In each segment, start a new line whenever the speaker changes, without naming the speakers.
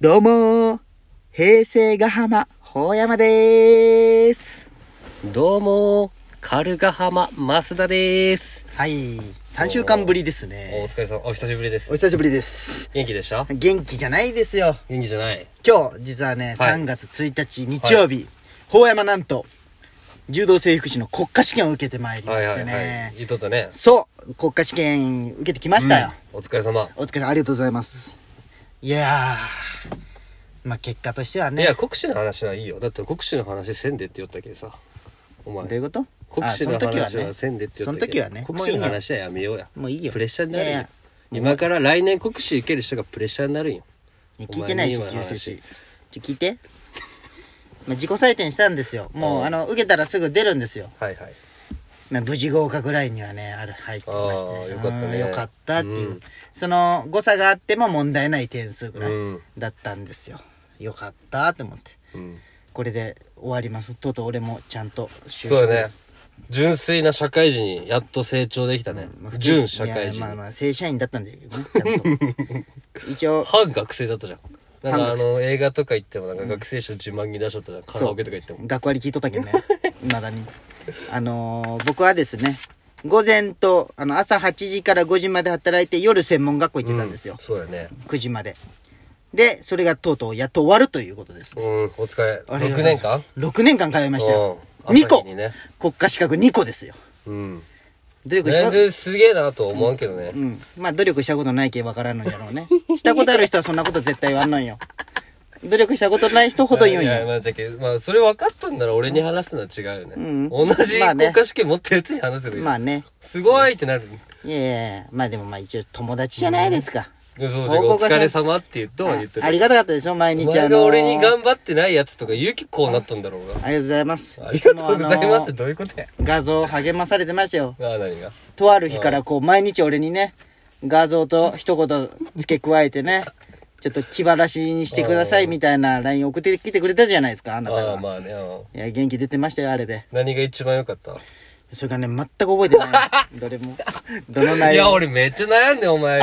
どうもー平成ヶ浜、ほうやまでーす
どうもカルガハマ増田です
はい、3週間ぶりです
お
ね。
疲れ様お久しぶりで
お
す
久しぶりです。
元気でした
元気じゃないですよ。
元気じゃない
今日、実はね、
はい
3月1日日曜日、ほうやまなんと、柔道整復師の国家試験を受けてまいりま
はい
し
は
て
い
ね。
はい言っとったね
そう、国家試験受けてきましたよ。
お疲れ様
お疲れ様ありがとうございます。いやー、まあ結果としてはいね、
や国試の話はいいよだって国試の話せんでって言ったけどさお
どうい
前
うこと
国試の
あそ
話
時は
は
ね
せんでって
そ
言った
の時
け
はね
ど国試の話はやめようや
もういいよ
プレッシャーになるん
いやい
よ
や
今から来年国試受ける人がプレッシャーになるんよ
いや聞いてないし
お前に
優
今の
先
話
しちょ聞いて、まあ、自己採点したんですよもう
うん
あの受けたらすぐ出るんですよ、
はいはい
まあ、無事合格ラインにはねある入ってまして
あーよかったね
うんよかったっていう、
うん
その誤差があっても問題ない点数ぐらい
うん
だったんですよ、よかったって思って
うん
これで終わりますとうとう俺もちゃんと就
そうだ
で
ね
す
純粋な社会人にやっと成長できたね
まあ普通
純社
い
会
やまあ
人
まあ正社員だったんだけどねちゃんと 一応
反学生だったじゃんなんか
反
あ
学
の映画とか行ってもなんか学生証自慢に出しちゃったじゃんカラオケとか行っても
学割聞いとったけど ねいまだにあのー僕はですね午前とあの朝8時から5時まで働いて夜専門学校行ってたんですよ、
そうだね
9時まででそれがとうとうやっと終わるということです
う
ね
んお疲れ
ありがとう
6
ござい
年
ます
間
6年間通いましたよ
うん
2個、
朝日にね
国家資格2個ですよ
うん
努力した
全
こと
然すげえなとは思わんけどね
うんまあ努力したことないけわからんのやろうねしたことある人はそんなこと絶対言わんのんよ努力したことない人ほど言うん
いやいや
よ
まあじゃけまあそれ分かっとんなら俺に話すのは違うよね
ん
同じ
まあね
国家試験持ったやつに話せるよ
まあね
すごいってなる
いやいやいやまあでもまあ一応友達じゃないですか、
そうじゃ
報
けお
告がさ
疲れ様って言うとは言って
ああり
る
がたかったでしょ毎
お
日あ
前
の
が
ー
俺に頑張ってないやつとか勇気こうなっとんだろうが
ありがとうございます
ありがとうござい
つもあ
ま
の
すどういうことや
画像励まされてましたよ
ああ何が
とある日からこう毎日俺にね画像と一言付け加えてねちょっと気晴らしにしてくださいみたいな LINE 送ってきてくれたじゃないですかあなた
ああ
が
まあねうん
いや元気出てましたよあれで
何が一番良かった
それがね全く覚えてない どれもどの
い
内
や、
容
俺めっちゃ悩んで、お前。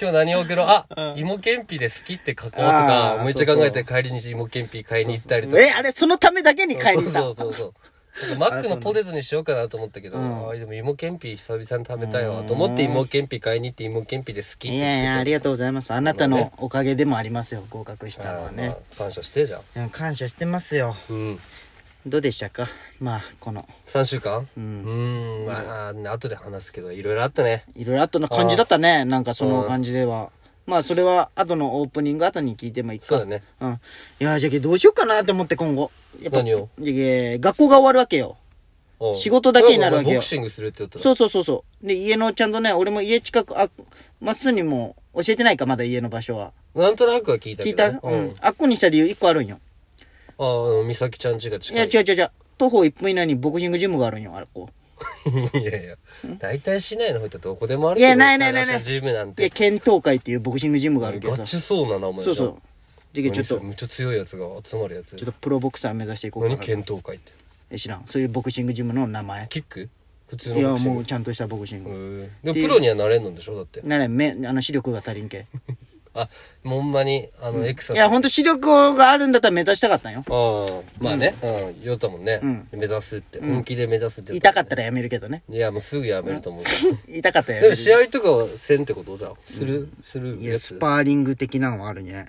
今日何を送ろう。あ、芋けんぴで好きって書こうと
あ
か
ー、
めっちゃ考えて帰りに芋けんぴ買いに行ったりとか。
えあれそのためだけに帰った
そうそうそうそう。なんかマックのポテトにしようかなと思ったけど、あーでも芋けんぴ久々に食べたいわと思って芋けんぴ買いに行って芋けんぴで好きって
いやいやありがとうございますあなたのおかげでもありますよ合格したのは
ま
ね
あ感謝してじゃん。
でも感謝してますよ
うん。
どうでしたかまあこの
3週間うん。ん、まあ、後で話すけど、いろいろあったね。
いろいろ後の感じだったねなんかその感じではまあそれは後のオープニング後に聞いてもいいか
そうだね。
うんいやーじゃけどうしようかなと思って今後やっぱ
何を
じゃけ学校が終わるわけよ
うん
仕事だけになるわけよ
お前ボクシングするって言ったら
そうそうそうそうで家のちゃんとね俺も家近くあまっすーにも教えてないかまだ家の場所は
なんとなくは聞いた
聞
け
い
ど
た、
ね。
うん、あっこにした理由1個あるんよ
ああ、あの、美咲ちゃん家が
い
近
や
い。
違う違う違う徒歩1分以内にボクシングジムがあるんよあれこう
いやいや、大体市内の方ってどこでもある
いやないないないない
スタイリッシュジムなん
いや
て。
検討会っていうボクシングジムがあるけど
ガ
さ
チそうな名前じ
そ
ゃ。
うんそうじゃけちょ
何
っと
それめっちゃ強いやつが集まるやつ
ちょっ。とプロボクサー目指していこうかな
何検討会って。
え知らんそういうボクシングジムの名前
キック普通
い
の
や
ボクシン
も
グ
う。ちゃんとしたボクシン
へ
グ、
ーでもプロにはなれんのでしょだって。
ならめあの視力が足りんけ
あ、ほんまに、あの、エクサ
い
サイ
や
ズ。
ほんと視力があるんだったら目指したかったんよ
ああ、まあね。うん、言おったもんね。目指すって。本気で目指すって言お
痛
た。
かったらやめるけどね
いや、もうすぐやめると 思うから。
痛かったらやめ
でも
る
試合とかはせんってことじゃん。する、する
い
や
や
つ。
ス
あ
パーリング的なのはあるんじゃない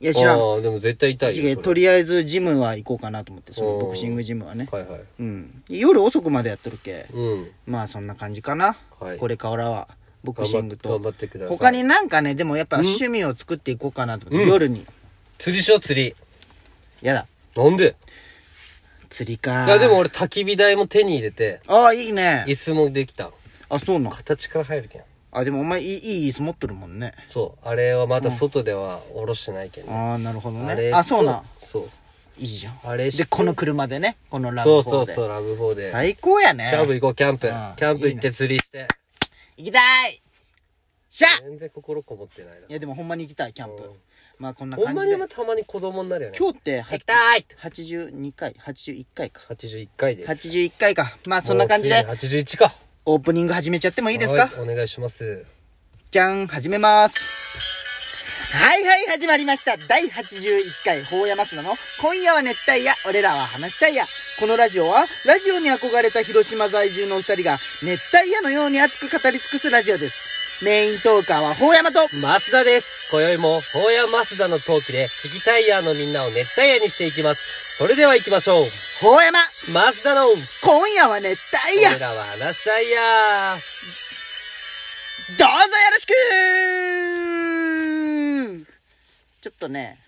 いや知らん
あ、でも絶対痛いよ。
違う
それ
とりあえずジムは行こうかなと思ってその
うん
ボクシングジムはね
はいはい。
うん夜遅くまでやっとるけ
うん。
まあそんな感じかな、
はい
これからはボクシングと
頑張って頑張ってください
他になんかねでもやっぱ趣味を作っていこうかなと思って、夜に
釣りしよう釣り。
やだ
なんで
釣りか
いやでも俺焚き火台も手に入れて、
ああいいね
椅子もできた。
あそうなん
形から入るけん。
あでもお前いいいい椅子持ってるもんね
そう。あれはまた外ではおろしてないけんね。
ああなるほど
あれ
ね
と
あそうなん
そう。
いいじゃん
あれして
でこの車でねこのラブ
そ
ホ
うそう
で
そう、ラブ4で。
最高や
キャンプ
ね
行こう、キャンプ。キ
ん
ャンプ行って釣りして。
行きたいしゃ
全然心こもってない
いやでもほんまに行きたいキャンプ
うん
まあこんな
な。ほ
感
んま
じ
に
で
お前たまに子供になるよね。
今日って
行きたいって
82回81回か
!81 回です。
81回かまあそんな感じで
もうついに81か。
オープニング始めちゃってもいいですか
はいお願いします。
じゃん始めますはいはい、始まりました。第81回、法山砂の、今夜は熱帯夜、俺らは話したいや。このラジオは、ラジオに憧れた広島在住のお二人が、熱帯夜のように熱く語り尽くすラジオです。メイントーカーは法山と、
増田です。今宵も、ホーヤ増田のトークで、聞きたいヤーのみんなを熱帯夜にしていきます。それでは行きましょう。
法山、
増田の、
今夜は熱帯夜、
俺らは話したいや
どうぞよろしくちょっとね、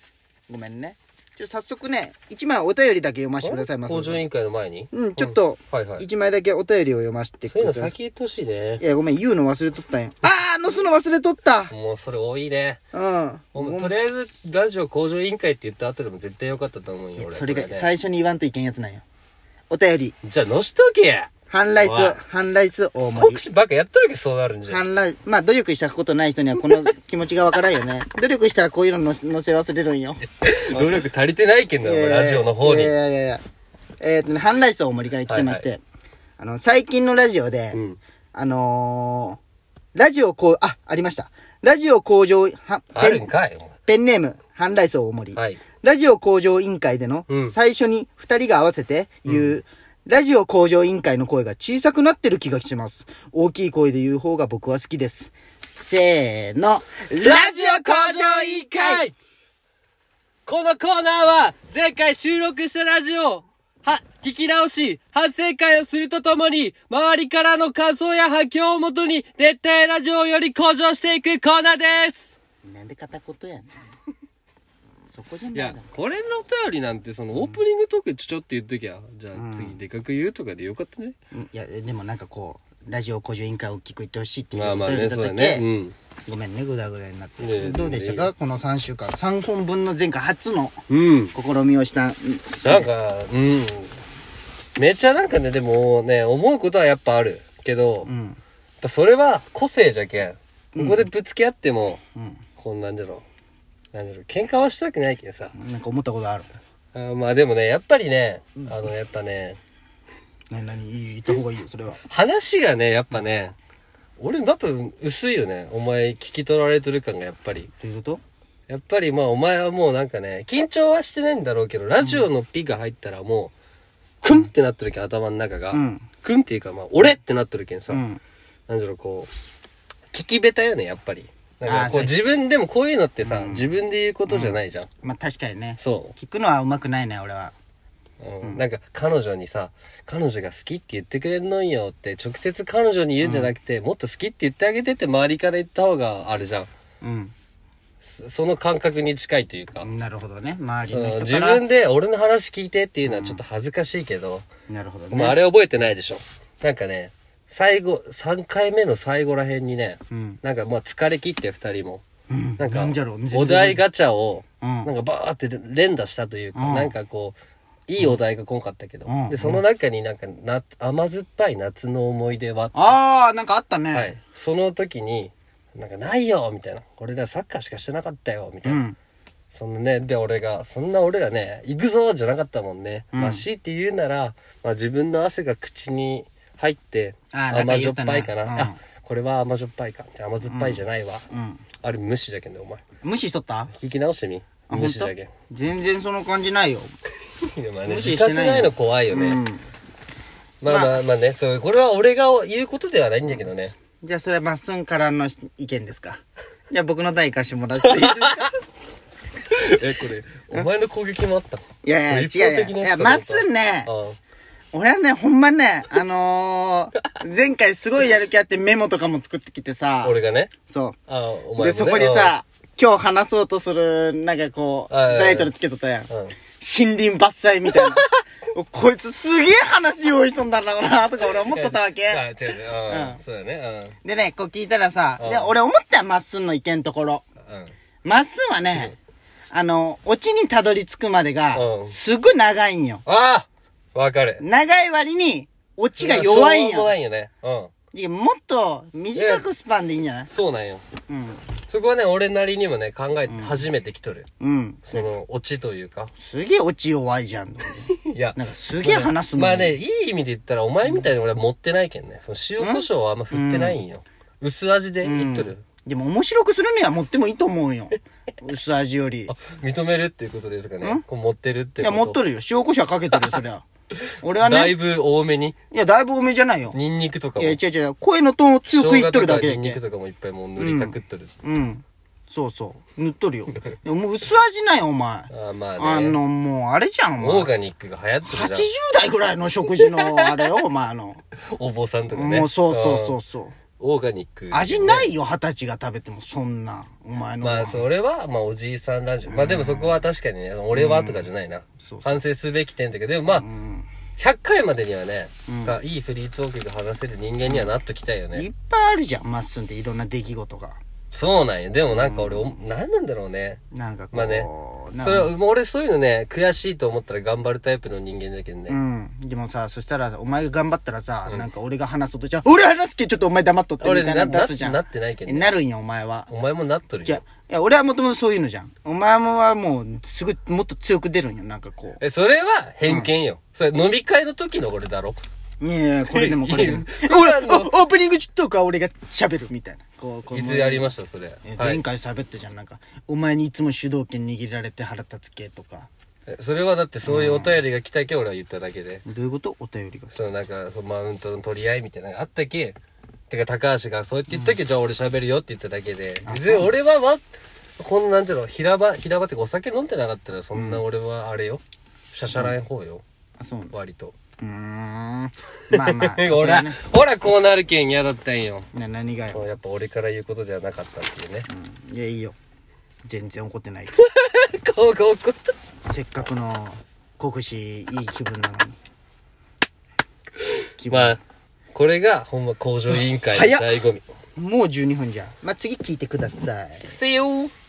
ごめんね。ちょっと早速ね、一枚お便りだけ読ませてくださいませ。
工場委員会の前に
うん、ちょっと
うんはいは、い
一枚だけお便りを読ませて
そういう
くだ
の
さい。
先言ってほしいね
い。や、ごめん、言うの忘れとったんや。あー、のすの忘れとった
もうそれ多いね。
うん。
もうとりあえず、ラジオ工場委員会って言った後でも絶対良かったと思うよ、俺。
それが
こね
最初に言わんといけんやつなんよ。お便り、
じゃあ、のしとけや
ハンライス
おい、
ハンライス大盛
国
り。
士ばっかやっとるけどそうなるんじゃ
ハ
ん。
ンライまあ努力したことない人にはこの気持ちがわからん よね。努力したらこういうののせのせ忘れるんよ。
努力足りてないけんな、
えー
ラジオの方に
い。やいやいやいや。えーっとね、ハンライス大盛りから来てまして、
は
あの、最近のラジオで、
うん
あのー、ラジオこう、あ、ありました。ラジオ工場、は
あるんかいお前
ペンネーム、ハンライス大盛り。
はい
ラジオ向上委員会での
うん、
最初に二人が合わせて言う、ラジオ向上委員会の声が小さくなってる気がします。大きい声で言う方が僕は好きです。せーの、ラジオ向上委員会
このコーナーは、前回収録したラジオを、は、聞き直し、反省会をするとともに、周りからの感想や波響をもとに、熱帯ラジオをより向上していくコーナーです
なんで片言 やねん。そこじゃ
い
ない
や
だろ。、
これのお便りなんて、その、オープニングトークでちょちょって言っときゃ、じゃあ次でかく言うとかでよかったね。
うんいや、でもなんかこう、ラジオ向上委員会を大きく言ってほしいっていう
まあまあ
お便
ね、
りだ
そう
っ
だ
た
ね
け。
うん。
ごめんね、ぐだぐだになっ
いやい
て。
や
どうでした
いい
かこの3週間。3本分の前回初の
うん。
試みをした。
なんか、うん。めっちゃなんかね、でもね、思うことはやっぱあるけど、やっ
ん
ぱそれは個性じゃけん。ここでぶつけ合っても、
ん
こんなんじゃろ。なんじゃろ。喧嘩はしたくないけどさ。
なんか思ったことある。
あーまあでもね、やっぱりね、あの、やっぱね、
なになにいい言った方がいいよそれは
話がね、やっぱね、俺やっぱ薄いよね。お前聞き取られてる感がやっぱり。
どういうこと
やっぱりまあお前はもうなんかね、緊張はしてないんだろうけど、ラジオのピが入ったらもう、クンってなってるけん、頭の中が。
うん
クンっていうかまあ、俺ってなってるけんさ。
うん
なんじゃろ、こう、聞き下手よね、やっぱり。なん
あー
かこ
そうう
自分でもこういうのってさ、自分で言うことじゃないじゃん。
まあ確かにね
そ
聞くのはうまくないね俺は
う、うんなんか彼女にさ、彼女が好きって言ってくれるのんよって、直接彼女に言うんじゃなくて、もっと好きって言ってあげてって周りから言った方があるじゃん。
うん
そその感覚に近いというか。
なるほどね周り
そ
の
の
人
自
から
分で俺の話聞いてっていうのはちょっと恥ずかしいけど、
なるほど
お前あ
ね
れ覚えてないでしょなんかね最後3回目の最後らへんにね、
うん
なんかまあ疲れ切って2人も、
うん
なんか
なんじゃろう全然
お題ガチャを
うん
なんかバーって連打したというか、
うん
なんかこういいお題が来んかったけど、
うん
でその中になんかな甘酸っぱい夏の思い出は、
ああなんかあったね、
はい、その時になんかないよみたいな俺らサッカーしかしてなかったよみた
う
いな、
ん
そのね、で俺が、そんな俺らね、行くぞじゃなかったもんね。
うん
まあ、強いて言うなら、まあ自分の汗が口に入って、
あーなんか
甘じ
言っ
ょった
な
ぱいかな。
うん
あ、これは甘じょっぱいか。甘酸っぱいじゃないわ。
うん
あれ無視じゃけんね、お前。
無視しとった
聞き直してみ。
あ
無視じゃけん
本。当全然その感じ ないよ
いやまあね、
無視
自
してない
覚ないの怖いよね。
うん
まあまあまあね、そう、これは俺が言うことではないんだけどね。
じゃあそれはまっすんからの意見ですかじゃあ僕の代行かしてもらっていいです か
え、これ、お前の攻撃もあった
いやいや
一方的
違うよい
なつか
や
と
ま
思
ったすんね
あ
俺はねほんまねあのー、前回すごいやる気あってメモとかも作ってきてさ
あ俺がね。
そう
ああ、お前もね
で、そこに、さ、今日話そうとする、なんかこう、
はいはいはい
タイトルつけとったやん。
うん
森林伐採みたいな。 おこいつすげえ話用意しとんだろうな、とか俺思っとったわ
あ
け。
違う違う、
う
うんん、そうだね、うん。
でね、こう聞いたらさ、
うん
で、俺思ったよまっすんの意見のところ。
うん
まっすんはね、あの、オチにたどり着くまでが
う、ん
すぐ長いんよ。
ああわかる。
長い割に、オチが弱いん
しょうも
よ
ないよね。うん。
いや。もっと短くスパンでいいんじゃない
そうなんよ。
うん。
そこはね、俺なりにもね、考えて、初めてきとる。
うん。
その、オチというか。
すげえオチ弱いじゃん。
いや。
なんかすげえ話すのに
まあね、いい意味で言ったら、お前みたいに俺は持ってないけんね。その塩胡椒はあんま振ってないんよ。薄味でいっとる。
でも面白くするには持ってもいいと思うよ。薄味より。い
あ認めるっていうことですかね
ん。
こう持ってるってこと。
や、持っとるよ。塩コショウかけてるよ、そり ゃ。俺は
だ
ね、
い
い
ぶ多めに、
や、だいぶ多めじゃないよ。
ニンニクとか
い
も
や、違。う違う。声のトーンを強く言っとるだけ
生姜とかニンニ
や
ク
け。
とかもいっぱいもう塗りたくっとる。
うん。そうそう。塗っとる よ。でももう薄味なんよ、お前。
ああ、まあ
あ
ね。
の、もう、あれじゃん、お
オー
前。
ガニックが流行ってる
80
じ
代ぐらいの食事 の、あれよ、お前の。
ゃん。お坊さんとかね。。
もう、そうそうそううんそう。
オーガニック。
味ないよ、二十歳が食べても、そんな。お前の。
まあ、それは、まあ、おじいさんラジオ。まあ、でもそこは確かにね、俺はとかじゃないな
そうそう。
反省すべき点だけど、でもまあ、100回までにはね、がいいフリートークが話せる人間にはなっときたいよ
い
ね。
っぱいあるじゃん、まっすんっていろんな出来事が。
そうなんよ。でもなんか俺、お何なんだろうね。
なんかこう、
まあね
なん
それは、もう俺そういうのね、悔しいと思ったら頑張るタイプの人間だけど
う
ね。
ん。でもさ、そしたら、お前が頑張ったらさ、なんか俺が話そうとじゃん、俺話すけちょっとお前黙っとってみ
俺
たい
な、
なの
な
出すじゃん。
なってないけどね。
なるんや、お前は。
お前もなっとる
じゃ
よ
い。や、俺はもともとそういうのじゃん。お前もはもう、すごい、もっと強く出るんよ、なんかこ
え、それは偏見よ。それ飲み会の時の俺だろ。
う。いやいや、これでもこれでも。
いや
俺、おオープニングトークは俺が喋るみたいな。こう、こう。
いつやりました、それ。
え
は
前
い。
回喋ったじゃん、なんか、お前にいつも主導権握られて腹立つけとか。
えそれはだってそういうお便りが来たけ俺は言っただけで。
どういうことお便りが。
そのなんか、そのマウントの取り合いみたいなのがあったけ。てか、高橋がそう言って言ったけ、じゃあ俺喋るよって言っただけで。別に俺はわ、このなんていうの、平場、平場ってかお酒飲んでなかったら、そんな俺はあれよ。しゃしゃらない方よ。
あ、そうなの
割と。。
うーん。まあまあ
ほら、ほら、こうなるけん嫌だったんよ。
な何がよ。
やっぱ俺から言うことではなかったっていうね。
いや、いいよ。全然怒ってない。
こう、こう、こう。
せっかくの、国士、いい気分な のに。気分
まあ、これが、ほんま、工場委員会の醍醐味。
もう12分じゃん。まあ、次聞いてください。
せよー。